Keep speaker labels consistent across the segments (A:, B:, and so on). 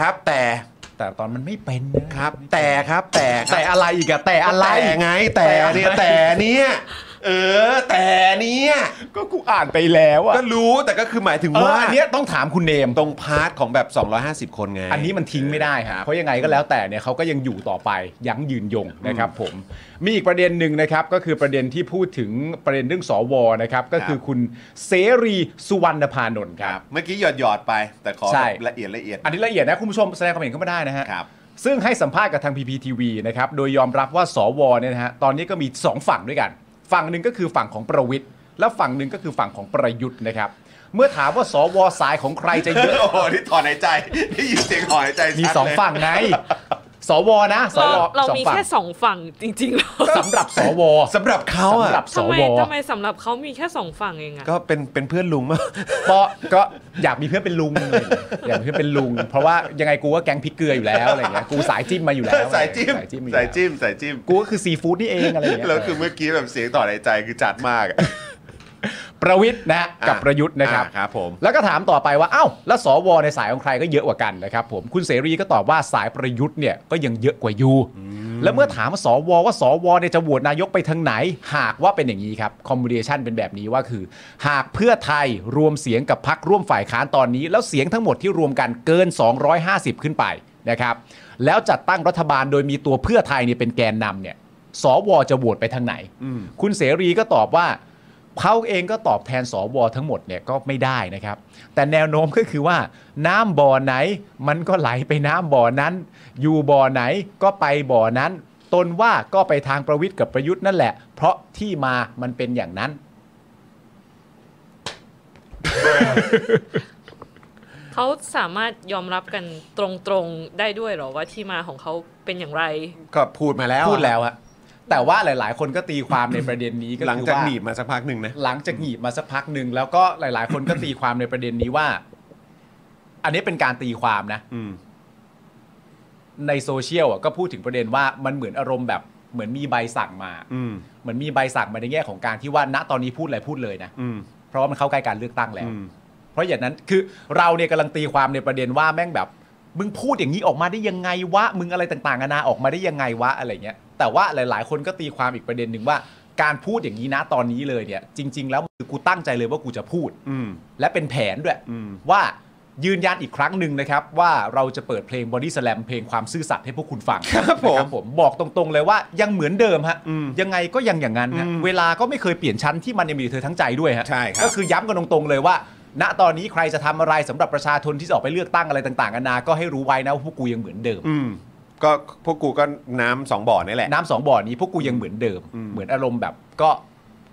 A: ครับแต่
B: แต่ตอนมันไม่เป็นนะครับ
A: แต่ครับแต่ครับ
B: แต่อะไรอีกอะแต่อะไร
A: แต่ไงแต่เนี่ย
B: แต่
A: แต่
B: อะไร
A: เนี่ยเออแต่เนี่ย
B: ก็กูอ่านไปแล้วอะ
A: ก็รู้แต่ก็คือหมายถึง
B: เออ
A: ว่า
B: อันเนี้ยต้องถามคุณเนม
A: ตรงพาร์ทของแบบ 250 คนไง
B: อันนี้มันทิ้งไม่ได้ครับเพราะยังไงก็แล้วแต่เนี่ยเขาก็ยังอยู่ต่อไปยั้งยืนยงนะครับผมมีอีกประเด็นหนึ่งนะครับก็คือประเด็นที่พูดถึงประเด็นเรื่องสวนะครับก็คื
A: ค
B: อ
A: รับ
B: คุณเสรีสุวรรณพานนท์ค
A: ค
B: รั
A: รับ บเมื่อกี้หยอดหยอดๆไป แต่ขอ
B: ใช่
A: แบบละเอียดละเอียด
B: อันนี้ละเอียดนะคุณผู้ชมแสดงความเห็นเข้ามาได้นะฮะ
A: ครับ
B: ซึ่งให้สัมภาษณ์กับทาง PPTV นะครับ โดยยอมรับว่าสวเนี่ยนะฮะ ตอนนี้ก็มี 2 ฝั่งด้วยกัน ฝั่งหนึ่งก็คือฝั่งของประวิทย์ และฝั่งหนึ่งก็คือฝั่งของประยุทธ์นะครับ เมื่อถามว่าสวสายของใครจะเยอะ
A: โอ้โหนี่ถอนหายใจได้ยินเสียงถอนหายใจชัด
B: มี
A: เลย
B: 2 ฝั่งไง สวนะ ส
C: เรา
B: ว
C: เรา
B: สอง
C: มี
B: ฝั่ง
C: แค่สองฝั่งจริง ๆแล้ว
B: สำหรับสว
A: สำหรับเขา
B: สำ
A: อ่ะ
B: หรับส
C: ทำไม
B: ว
C: ทำไมสำหรับเขามีแค่สองฝั่งเองอะ
A: ก็เป็นเป็นเพื่อนลุงมาก
B: เพราะก็อยากมีเพื่อนเป็นลุงอะไรอย่างเงี้ยอยากมีเพื่อนเป็นลุง เพราะว่ายังไงกูก็แก๊งพริกเกลืออยู่แล้วอะไรอย่างเงี้ยกูสายจิ้มมาอยู่แล้ว
A: สายจิ้ม
B: สายจิ้มอยู่
A: สา
B: แล้
A: ยว จิ้มสายจิ้ม
B: กูก็คือซีฟู้ดนี่เองอะไรอย่างเงี้ย
A: แล้วคือเมื่อกี้แบบเสียงต่อในใจคือจัดมากอะ
B: ประวิทย์นะฮะกับ
A: อ่ะ
B: ประยุทธ์นะครับ
A: อ่ะครับผม
B: แล้วก็ถามต่อไปว่าเอ้าแล้วสวในสายของใครก็เยอะกว่ากันนะครับผมคุณเสรีก็ตอบว่าสายประยุทธ์เนี่ยก็ยังเยอะกว่าอยู่แล้วเมื่อถามว่าสวว่าสวเนี่ยจะโหวตนายกไปทางไหน หากว่าเป็นอย่างนี้ครับคอมมูนิเคชันเป็นแบบนี้ว่าคือ หากเพื่อไทยรวมเสียงกับพักร่วมฝ่ายค้านตอนนี้ แล้วเสียงทั้งหมดที่รวมกันเกิน 250 ขึ้นไปนะครับแล้วจัดตั้งรัฐบาลโดยมีตัวเพื่อไทยเนี่ยเป็นแกนนำเนี่ย สวจะโหวตไปทางไหน คุณเสรีก็ตอบว่าเขาเองก็ตอบแทนสวทั้งหมดเนี่ยก็ไม่ได้นะครับ แต่แนวโน้มก็คือว่า น้ำบ่อไหน มันก็ไหลไปน้ำบ่อนั้น อยู่บ่อไหนก็ไปบ่อนั้น ตนว่าก็ไปทางประวิทย์กับประยุทธ์นั่นแหละ เพราะที่มามันเป็นอย่างนั้น
C: เขาสามารถยอมรับกันตรงๆได้ด้วยเหรอว่าที่มาของเขาเป็นอย่างไร
A: ก็พูดมาแล้ว
B: พูดแล้วฮะแต่ว่าหลาย ๆ คนก็ตีความในประเด็นนี้ก็
A: หลัง
B: คือ
A: จาก
B: ว่า
A: หนีบมาสักพักหนึ่งนะ
B: หลังจากหงีบมาสักพักหนึ่งแล้วก็หลาย ๆ คนก็ตีความในประเด็นนี้ว่า อันนี้เป็นการตีความนะ
A: อืม
B: ในโซเชียลอ่ะก็พูดถึงประเด็นว่ามันเหมือนอารมณ์แบบเหมือนมีใบสั่งมา
A: อืม
B: เหมือนมีใบสั่งมาในแง่ของการที่ว่าณตอนนี้พูดอะไรพูดเลยนะ
A: อืม
B: เพราะว่ามันเข้าใกล้การเลือกตั้งแล้
A: อื
B: ว
A: ม
B: เพราะอย่างนั้นคือเราเนี่ยกำลังตีความในประเด็นว่าแม่งแบบ มึงพูดอย่างนี้ออกมาได้ยังไงวะมึงอะไรต่างๆนานาออกมาได้ยังไงวะอะไรเงี้ย แต่ว่าหลาย ๆ คนก็ตีความอีกประเด็นหนึ่งว่า การพูดอย่างนี้นะตอนนี้เลยเนี่ย จริง ๆ แล้วคือกูตั้งใจเลยว่ากูจะพูด
A: อืม
B: และเป็นแผนด้วย
A: อืม
B: ว่ายืนยันอีกครั้งหนึ่งนะครับ ว่าเราจะเปิดเพลง Body Slam เพลงความซื่อสัตย์ให้พวกคุณฟัง
A: ครับผม
B: นะผมบอกตรงๆเลยว่ายังเหมือนเดิมฮะ
A: อืม
B: ยังไงก็ยังอย่างนั้นฮะ
A: อืม
B: เวลาก็ไม่เคยเปลี่ยนชั้นที่มันยังมีอยู่เธอทั้งใจด้วยฮะ
A: ใช่ครับ
B: ก็คือย้ำกันตรงๆเลยว่า ณตอนนี้ใครจะทำอะไรสำหรับประชาชนที่จะออกไปเลือกตั้งอะไรต่างๆนานาก็ให้รู้ไว้นะว่าพวกกูยังเหมือนเดิม
A: อืมก็พวกกูก็น้ำสองบ่อนี่แหละ
B: น้ำสองบ่อนี้พวกกูยังเหมือนเดิม
A: อืม
B: เหมือนอารมณ์แบบก็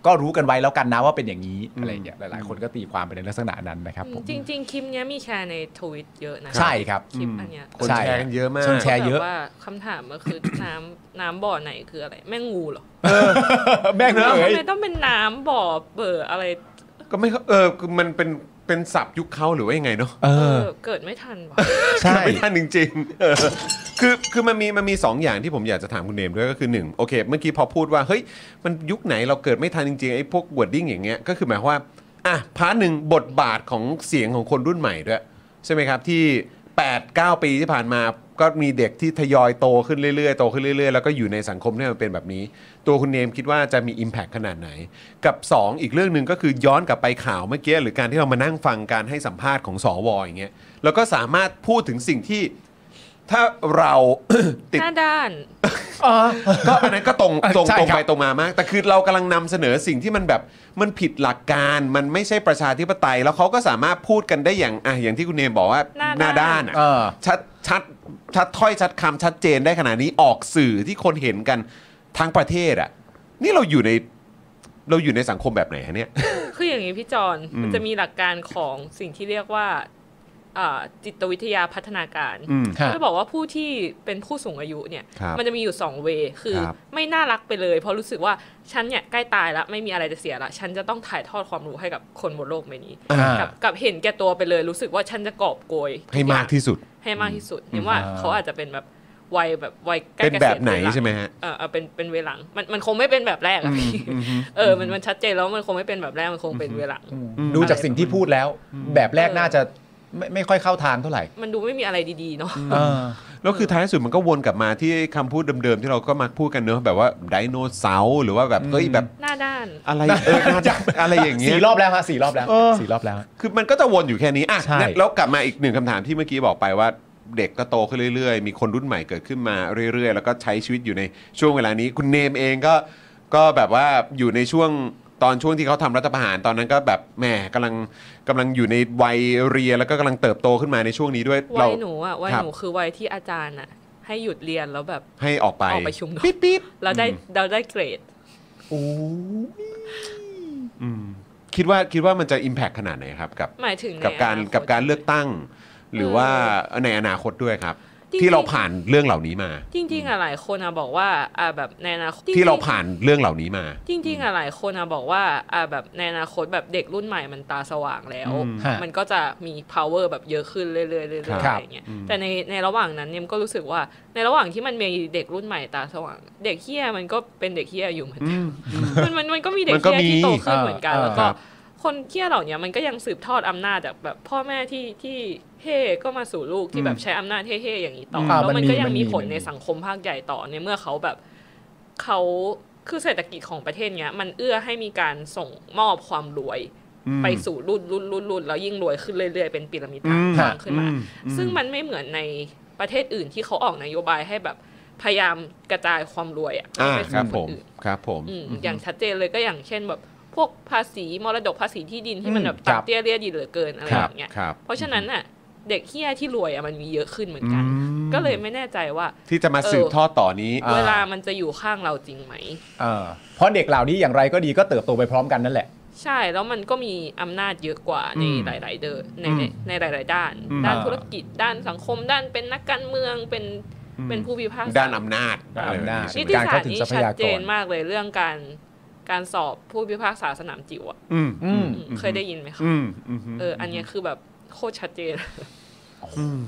B: ก็รู้กันไว้แล้วกันนะว่าเป็นอย่างนี้อะไรอย่างเงี้ยหลาย
A: อืม
B: ๆคนก็ตีความไปในลักษณะนั้นนะครับผม
C: จริง ๆ คลิปเนี้ยมีแชร์ในทวิตเยอะนะ
B: ใช่ครับ
C: คลิปอันเนี้ย
A: คน
B: ใช่
A: แชร์กันเยอะมาก
B: คนแชร์เยอะ
C: แบบว่าคำถามก็คือ น้ำน้ำบ่อไหนคืออะไร แม่งงูเหรอ
B: แม่งเล
C: ทำ
B: ย
C: ไมต้องเป็นน้ำบ่อเบอร์อะไร
A: ก็ไม่เข้าเออคือมันเป็นเป็นศัพท์ยุคเขาหรือว่ายังไงเนาะ
B: เอ
C: เอ
B: อ
C: อเกิดไม่ทันวะ
B: ใช่
A: ไม่ทันจริงๆเออคือคือมันมีมันมีสองอย่างที่ผมอยากจะถามคุณเนมด้วยก็คือหนึ่งโอเค เมื่อกี้พอพูดว่าเฮ้ยมันยุคไหนเราเกิดไม่ทันจริงๆไอ้พวกวอร์ดิ้งอย่างเงี้ยก็คือหมายความว่าอ่ะพาร์ทหนึ่งบทบาทของเสียงของคนรุ่นใหม่ด้วย ใช่ไหมครับที่ 8 9 ปีที่ผ่านมาก็มีเด็กที่ทยอยโตขึ้นเรื่อยๆโตขึ้นเรื่อยๆ แล้วก็อยู่ในสังคมที่มันเป็นแบบนี้ ตัวคุณเนมคิดว่าจะมี Impact ขนาดไหน กับ 2 อีกเรื่องหนึ่งก็คือย้อนกลับไปข่าวเมื่อกี้ หรือการที่เรามานั่งฟังการให้สัมภาษณ์ของสวอย่างเงี้ยแล้วก็สามารถพูดถึงสิ่งที่ถ้าเรา ติด
C: หน้าด้าน
A: ก็อันนั้นก็ตรง ตรง
B: ใช่
A: ตรง
B: ครับ
A: ไปตรงมามาก แต่คือเรากำลังนำเสนอสิ่งที่มันแบบมันผิดหลักการมันไม่ใช่ประชาธิปไตย แล้วเขาก็สามารถพูดกันได้อย่างอ่ะอย่างที่คุณเนมบอกว่า
C: หน้าด้าน
A: อะ
B: เออ
A: ชัดชัดชัดถ้อยชัดคำชัดเจนได้ขนาดนี้ออกสื่อที่คนเห็นกันทั้งประเทศอ่ะ นี่เราอยู่ในเราอยู่ในสังคมแบบไหนฮะเนี่ย
C: คืออย่างนี้พี่จอน
A: อืม
C: มันจะมีหลักการของสิ่งที่เรียกว่าอ่าจิตวิทยาพัฒนาการ
A: อืม
B: ฮะ
C: จะบอกว่าผู้ที่เป็นผู้สูงอายุเนี่ย
A: ครับ
C: มันจะมีอยู่ 2 เวย์คือ
A: ครับ
C: ไม่น่ารักไปเลย เพราะรู้สึกว่าฉันเนี่ยใกล้ตายแล้วไม่มีอะไรจะเสียละฉันจะต้องถ่ายทอดความรู้ให้กับคนบนโลกใบนี้
B: อ่ากั
C: กับกับเห็นแก่ตัวไปเลยรู้สึกว่าฉันจะกอบโกย
A: ให้มากที่สุด
C: ให้มากที่สุดเนี่ยว่า
B: อ่า
C: เขาอาจจะเป็นแบบวัยแบบวัยใกล้
A: เป็น
C: เกษียณ
A: แบบไหน
C: ลัง
A: ใช่ไหมฮะ
C: เออเอาเป็นเป็นเวลาหลังมันมันคงไม่เป็นแบบแรกอะพี่เออมันมันชัดเจนแล้วมันคงไม่เป็นแบบแรกมันคงเป็นเวลาหลัง
B: ดูจากสิ่งที่พูดแล้ว แบบแรกน่าจะ ไม่ไม่ค่อยเข้าทางเท่าไหร่
C: มันดูไม่มีอะไรดีๆเนาะ
B: เออ
A: แล้วคือท้ายสุดมันก็วนกลับมาที่คำพูดเดิมๆที่เราก็มักพูดกันเนอะแบบว่าไดโนเสาร์หรือว่าแบบเฮ้ยแบบ
C: หน้าด้าน
A: อะไรเออน่าจะอะไรอย่างเงี้ย
B: สี่รอบแล้วฮะสี่รอบแล้ว
A: เออ
B: สี่รอบแล้ว
A: คือมันก็จะวนอยู่แค่นี้อ่ะ
B: ใช่
A: งั้นแล้วกลับมาอีกหนึ่งคำถามที่เมื่อกี้บอกไปว่า เด็กก็โตขึ้นเรื่อยๆ มีคนรุ่นใหม่เกิดขึ้นมาเรื่อยๆ แล้วก็ใช้ชีวิตอยู่ในช่วงเวลานี้ คุณเนมเองก็ก็แบบว่าอยู่ในช่วงตอนช่วงที่เขาทำรัฐประหารตอนนั้นก็แบบแหมกำลังกำลังอยู่ในวัยเรียนแล้วก็กำลังเติบโตขึ้นมาในช่วงนี้ด้วย
C: วั
A: เรา
C: ยหนูอ่ะวัย
A: ครับ
C: หนูคือวัยที่อาจารย์อ่ะ ให้หยุดเรียนแล้วแบบ
A: ให้ออกไป
C: ออกไปชุมนุม
A: ปิ๊ดปิ๊ด
C: เราได้เราได้เกรด
B: โอ้
A: อืมคิดว่าคิดว่ามันจะ Impact ขนาดไหนครับกับ
C: หมายถึงใน
A: กับการ
C: อนคต
A: กับการเลือกตั้ง หรือว่าในอนาคตด้วยครับ
C: จริงๆ
A: ที่เราผ่านเรื่องเหล่านี้มา
C: จริง ๆอ่ะหลายคนอ่ะบอกว่าอ่ะแบบในอนาคต
A: ที่เราผ่านเรื่องเหล่านี้มา
C: จริงๆอ่ะหลายคนอ่ะบอกว่าอ่ะแบบในอนาคตแบบเด็กรุ่นใหม่มันตาสว่างแล้ว
A: อืม
B: ฮะ
C: มันก็จะมี power แบบเยอะขึ้นเรื่อยๆเรื่อยๆ
B: ครับ
C: อะไรอย่างเงี้ย แต่ในในระหว่างนั้นเนี่ยมันก็รู้สึกว่าในระหว่างที่มันมีเด็กรุ่นใหม่ตาสว่าง เด็กเฮี้ยมันก็เป็นเด็กเฮี้ยอยู่เหมือน
A: อื
C: กัน
A: ม
C: มันมันมันก็มีเด็ก
A: มันก็
C: เฮี้ย
A: มี
C: ที่โตขึ้นเหมือนกัน
B: เออ
C: แล้วก็
A: ครับ
C: คนเฮี้ยเหล่าเนี้ยมันก็ยังสืบทอดอำนาจจากแบบพ่อแม่ที่ที่เฮ่ก็มาสู่ลูกที่แบบใช้อำนาจเฮ่ๆอย่างนี้ต่ออ
B: มอ่า
C: แล้ว
B: มั
C: มันน
B: มี
C: ก็ยังมี
B: มันมี
C: ผลใน
B: มันมี
C: สังคมภาคใหญ่ต่อในเมื่อเขาแบบเขาคือเศรษฐกิจของประเทศเนี้ย มันเอื้อให้มีการส่งมอบความรวย
A: อืม
C: ไปสู่รุ่นรุ่นรุ่นรุ่นแล้วยิ่งรวยขึ้นเรื่อยๆ เป็นพีระมิด
A: อืม
C: ทางขึ้นมา
A: อืมอืม
C: ซึ่งมันไม่เหมือนในประเทศอื่นที่เขาออกนโยบายให้แบบพยายามกระจายความรวยอะ
A: อ่า
C: ไป
A: ครับ
C: สู่ค
A: ผม
C: นอื่น
A: ครับผม
C: อืมอย่างชัดเจนเลยก็อย่างเช่นแบบพวกภาษีมรดกภาษีที่ดินที่มัน
B: อืม
C: แบบ
B: ครั
C: ต่ำ
B: บ
C: เตี้ยเรียดินเหลือเกินอะไร
A: ค
C: อ
A: รับ
C: ย่างเงี้ย
A: ครับ
C: เพราะฉะนั้นน่ะเด็กเฮี้ยที่รวยอะมันมีเยอะขึ้นเหมือนกัน
A: อืม
C: ก็เลยไม่แน่ใจว่า
A: ที่จะมาสืบทอดต่อนี้
B: เออ
C: เวลามันจะอยู่ข้างเราจริงไหม
B: เออเพราะเด็กเหล่านี้อย่างไรก็ดีก็เติบโตไปพร้อมกันนั่นแหละ
C: ใช่แล้วมันก็มีอำนาจเยอะกว่าใน
A: อืม
C: หลาย ๆ เดอใน
A: อืม
C: ในในหลาย ๆ ด้าน
A: อืม
C: ด้าน
B: อ่า
C: ธุรกิจด้านสังคมด้านเป็นนักการเมืองเป็นเป็นผู้พิพากษา
A: ด้านอำนาจ
B: ด้านอำนาจ
A: ะไรแบบ
C: นิ
A: ใช่ไหม
B: การเข้าถึง
C: ติศาสตร์นี่
B: ทรัพ
C: ชัด
B: ยากร
C: เจนมากเลยเรื่องการการสอบผู้พิพากษาสนามจิ๋วอะ
A: อืม
B: อืม
C: อืมเคยได้ยินไหมคะ
A: อืมอืม
C: เอออันเนี้ยคือแบบโคตรชัดเจน
A: ม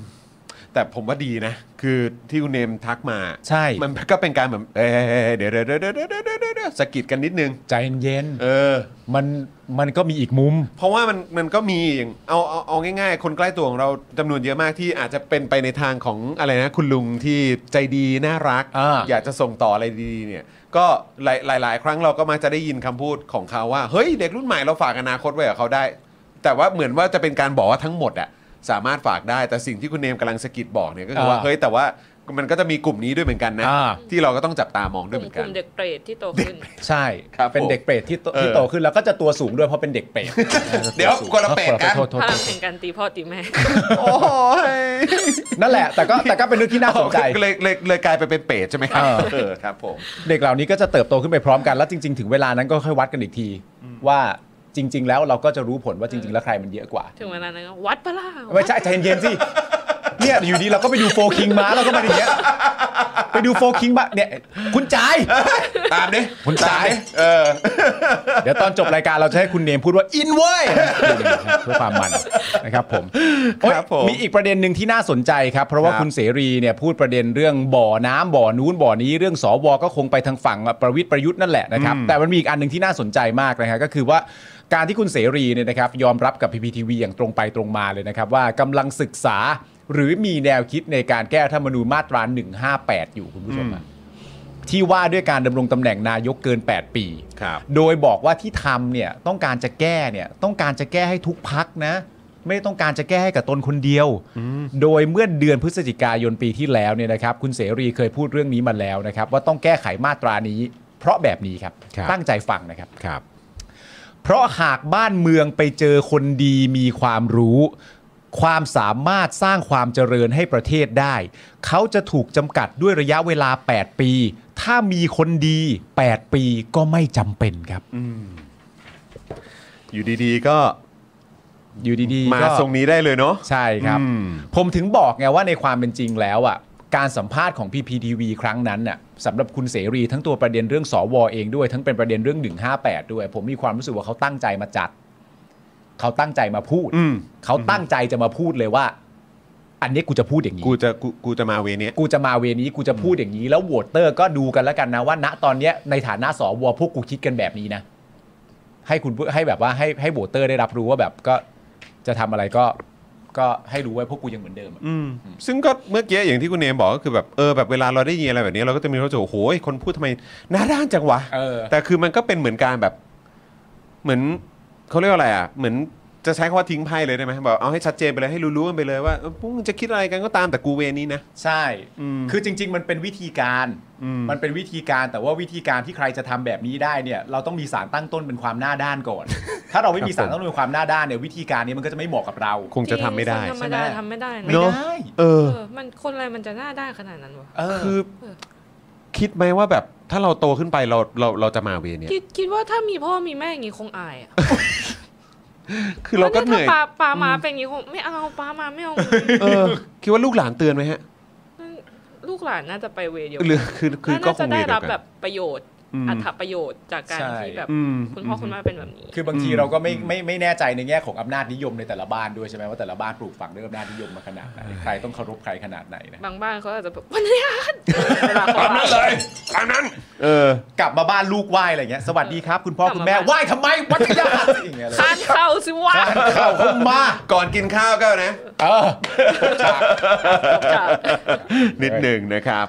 A: แต่ผมว่าดีนะ คือที่คุณเนมทักมา
B: ใช่
A: มันก็เป็นการแบบเอ้ยเดี๋ยวเดี๋ยวเดี๋ยวเดี๋ยวเดี๋ยวเดี๋ยวเดี๋ยวสะกิดกันนิดนึง
B: ใจเย็น
A: เออ
B: ๆมันมันก็มีอีกมุม
A: เพราะว่ามันมันก็มีอย่างเอาเอาเอาง่ายๆ คนใกล้ตัวของเราจำนวนเยอะมากที่อาจจะเป็นไปในทางของอะไรนะ คุณลุงที่ใจดีน่ารัก
B: อ่า
A: ยากจะส่งต่ออะไรดีๆเนี่ย ก็หลายหลายหลายครั้งเราก็มาจะได้ยินคำพูดของเขาว่า เฮ้ยเด็กรุ่นใหม่เราฝากอนาคตไว้กับเขาได้ แต่ว่าเหมือนว่าจะเป็นการบอกว่าทั้งหมดอะสามารถฝากได้แต่สิ่งที่คุณเนมกำลังสะกิดบอกเนี่ยก็คือว่า
B: อ่า
A: เฮ้ยแต่ว่ามันก็จะมีกลุ่มนี้ด้วยเหมือนกันนะ
B: อ่า
A: ที่เราก็ต้องจับตามอง
C: ก
A: ด้วย
C: ลุ่
A: เหมือน
C: มก
A: กัน
C: ลุ่มเด็กเปรตที่โตขึ้น
B: ใช่
A: ครับ
B: เป็นเด็กเปรตที่โต
A: เออ
B: ที่โตขึ้นแล้วก็จะตัวสูงด้วยเพราะเป็นเด็กเปรต
A: เดี๋ยว
B: ตัวสูง
A: คนละเปรตกัน
B: โทษโทษ
C: พ
B: โท
C: ลัง
B: ษ
C: แห่งการตีพ่อตีแม่
A: โอ้ย
B: นั่นแหละแต่ก็แต่ก็เป็นเรื่องที่น่าสนใจ
A: เลยเลยเลยกลายไปเป็นเปรตใช่ไหมครั
B: เออ
A: เออครับผม
B: เด็กเหล่านี้ก็จะเติบโตขึ้นไปพร้อมกันแล้วจริง ๆ ถึงเวลานั้นก็ค่อยวัดกันอีกที ว่าจริง ๆ แล้วเราก็จะรู้ผลว่าจริง ๆ แล้วใครมันเยอะกว่า
C: ถึงเวลานั้นก็วัดปะล่า
B: ไม่ใช่ใจเย็นๆสิ เนี่ยอยู่ดีเราก็ไปดูโฟคิงมาแล้วก็มาอย่างเงี้ยไปดูโฟคิงมาเนี่ยคุณจ่าย
A: ตามดิ
B: คุณสาย
A: ดิเออ
B: เดี๋ยวตอนจบรายการเราจะให้คุณเนมพูดว่าอินเว้ย เพื่อความมันนะครับผม
A: ครับผม
B: โอ๊ยมีอีกประเด็นหนึ่งที่น่าสนใจครับ เพราะว่า
A: ครับ
B: คุณเสรีเนี่ยพูดประเด็นเรื่องบ่อน้ำบ่อนู้นบ่อนี้เรื่องสวก็คงไปทางฝั่งประวิทย์ประยุทธ์นั่นแหละนะครับแต่มันมีอีกอันหนึ่งที่น่าสนใจมากนะครับก็คือว่าการที่คุณเสรีเนี่ยนะครับยอมรับกับพีพีทีวีอย่างตรงไปตรงมาเลยนะครับว่ากำลังศึกษาหรือมีแนวคิดในการแก้รัฐธรรมนูญมาตรา 158 อยู่คุณผู้ชมอะที่ว่าด้วยการดำรงตำแหน่งนายกเกิน 8 ปี
A: ครับ
B: โดยบอกว่าที่ทำเนี่ยต้องการจะแก้เนี่ยต้องการจะแก้ให้ทุกพักนะ ไม่ได้ต้องการจะแก้ให้กับตนคนเดียว โดยเมื่อเดือนพฤศจิกายนปีที่แล้วเนี่ยนะครับ คุณเสรีเคยพูดเรื่องนี้มาแล้วนะครับ ว่าต้องแก้ไขมาตรานี้ เพราะแบบนี้ครับ
A: ครับ
B: ตั้งใจฟังนะครับ
A: ครับ
B: เพราะหากบ้านเมืองไปเจอคนดีมีความรู้ ความสามารถสร้างความเจริญให้ประเทศได้ เขาจะถูกจำกัดด้วยระยะเวลา 8 ปี ถ้ามีคนดี 8 ปีก็ไม่จำเป็นครับ
A: อยู่ดีๆก็
B: อยู่ดีๆ
A: มา
B: ก็
A: ทรงนี้ได้เลยเนาะ
B: ใช่ครับ
A: อืม
B: ผมถึงบอกไงว่าในความเป็นจริงแล้วอ่ะการสัมภาษณ์ของ PPTV ครั้งนั้นน่ะสำหรับคุณเสรีทั้งตัวประเด็นเรื่องสวเองด้วย ทั้งเป็นประเด็นเรื่อง 158 ด้วย ผมมีความรู้สึกว่าเขาตั้งใจมาจัด เขาตั้งใจมาพูด
A: อืม
B: เขาตั้งใจจะมาพูดเลยว่า อันนี้กูจะพูดอย่างนี้
A: กูจะกูกูจะมาเวเนี้ย
B: กูจะมาเวนี้กูจะพูดอย่างนี้ แล้วโหวตเตอร์ก็ดูกันแล้วกันนะว่า ณตอนเนี้ยในฐานะสวพวกกูคิดกันแบบนี้นะ ให้คุณให้แบบว่าให้ให้โหวตเตอร์ได้รับรู้ว่าแบบก็จะทำอะไรก็ ก็ให้รู้ไว้พวกกูยังเหมือนเดิมอะ
A: อืมซึ่งก็เมื่อกี้อย่างที่คุณเนมบอกก็คือแบบเออแบบเวลาเราได้ยินอะไรแบบนี้เราก็จะมีความรู้สึกว่าโอ้โหคนพูดทำไมหน้าด้านจังวะ
B: เออ
A: แต่คือมันก็เป็นเหมือนการแบบเหมือนเขาเรียกว่าอะไรอ่ะ เหมือนจะใช้คำว่าทิ้งไพ่เลยได้ไหมแบบเอาให้ชัดเจนไปเลยให้รู้ๆกันไปเลยว่าเออพวกมึงจะคิดอะไรกันก็ตามแต่กูเวนี้นะ
B: ใช่
A: อืม
B: คือจริง ๆ มันเป็นวิธีการ
A: อืม
B: มันเป็นวิธีการ แต่ว่าวิธีการที่ใครจะทำแบบนี้ได้เนี่ย เราต้องมีสารตั้งต้นเป็นความหน้าด้านก่อน ถ้าเราไม่มีสารตั้งต้นเป็นความหน้าด้านเนี่ยวิธีการนี้มันก็จะไม่เหมาะกับเรา
A: คงจะทำไม่ได้
C: จริงคนธรรมดาทำไม่ได้นะ
B: ไม่
A: เนอะ
B: ได้
A: เออ
C: เออมันคนอะไรมันจะหน้าด้านขนาดนั้นวะ
B: เออ
A: คือ
C: เออ
A: คิดไหมว่าแบบถ้าเราโตขึ้นไปเราเราเราจะมาเวเนี้ย
C: คิดคิดว่าถ้ามีพ่อมีแม่อย่างงี้คงอายอะ
A: คือเราก็เหนื่อย
C: ถ้าปลาปลามาเป็นอย่างงี้คงไม่เอาปลามาไม่ เอา
A: เออคิดว่าลูกหลานเตือนไหมฮะ
C: ลูกหลานน่าจะไปเวเดียว
A: หรือคือคือก็
C: น่า
A: ค
C: จะ
A: งเว
C: ได้
A: เดีย
C: รั
A: ว
C: บ
A: กั
C: แบ
A: น
C: บประโยชน์
A: อืม
C: อัถประโยชน์จากการ
B: ใช่
C: ที่แบบ
A: อืม
C: คุณพ่อคุณแม่เป็นแบบนี้
B: คือบางที
A: อืม
B: เราก็ไม่ไม่ไม่แน่ใจในแง่ของอำนาจนิยมในแต่ละบ้านด้วยใช่ไหมว่าแต่ละบ้านปลูกฝังด้วยอำนาจนิยมมาขนาดไหนใครต้องเคารพใครขนาดไหนนะ
C: บางบ้านเขาอาจจะแบบ วันนี้อาหารเวลาเขา
A: ตามนั้นเลยตามนั้น เออ
B: กลับมาบ้านลูกไหว้อะไรเงี้ยสวัสดีครับ คุณพ่อคุณแม่ไหว้ทำไมวัดยาอย่างเงี้ยเลย
C: ทานข้าวสิวะ
B: เข้าเข้ามา
A: ก่อนกินข้าวก็นะ
B: เออ
C: จ้ะ
A: นิดหนึ่งนะครับ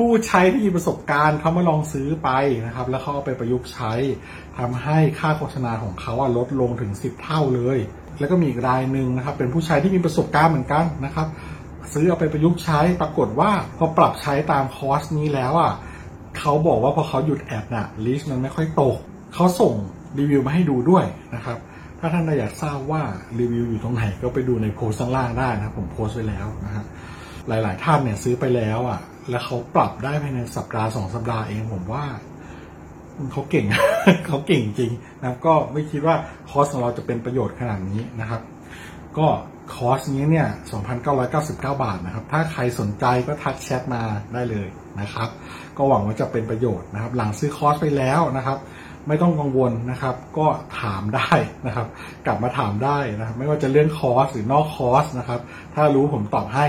D: ผู้ใช้ที่มีประสบการณ์เขามาลองซื้อไปนะครับ แล้วเขาเอาไปประยุกต์ใช้ทำให้ค่าโฆษณาของเขาอะลดลงถึง 10 เท่าเลย แล้วก็มีอีกรายหนึ่งนะครับ เป็นผู้ใช้ที่มีประสบการณ์เหมือนกันนะครับ ซื้อเอาไปประยุกต์ใช้ปรากฏว่าพอปรับใช้ตามคอร์สนี้แล้วอ่ะเขาบอกว่าพอเขาหยุดแอดน่ะลิสต์มันไม่ค่อยตกเขาส่งรีวิวมาให้ดูด้วยนะครับ ถ้าท่านอยากทราบว่ารีวิวอยู่ตรงไหนก็ไปดูในโพสต์ข้างล่างได้นะครับผมโพสต์ไว้แล้วนะฮะ หลาย ๆ ท่านเนี่ยซื้อไปแล้วอ่ะ แล้วเขาปรับได้ภายในสัปดาห์สองสัปดาห์เองผมว่าเขาเก่ง เขาเก่งจริงนะครับก็ไม่คิดว่าคอร์สของเราจะเป็นประโยชน์ขนาดนี้นะครับ ก็คอร์สนี้เนี่ย 2,999 บาทนะครับ ถ้าใครสนใจก็ทักแชทมาได้เลยนะครับ ก็หวังว่าจะเป็นประโยชน์นะครับ หลังซื้อคอร์สไปแล้วนะครับ ไม่ต้องกังวลนะครับ ก็ถามได้ นะครับ กลับมาถามได้นะครับ ไม่ว่าจะเรื่องคอร์สหรือนอกคอร์สนะครับ ถ้ารู้ผมตอบให้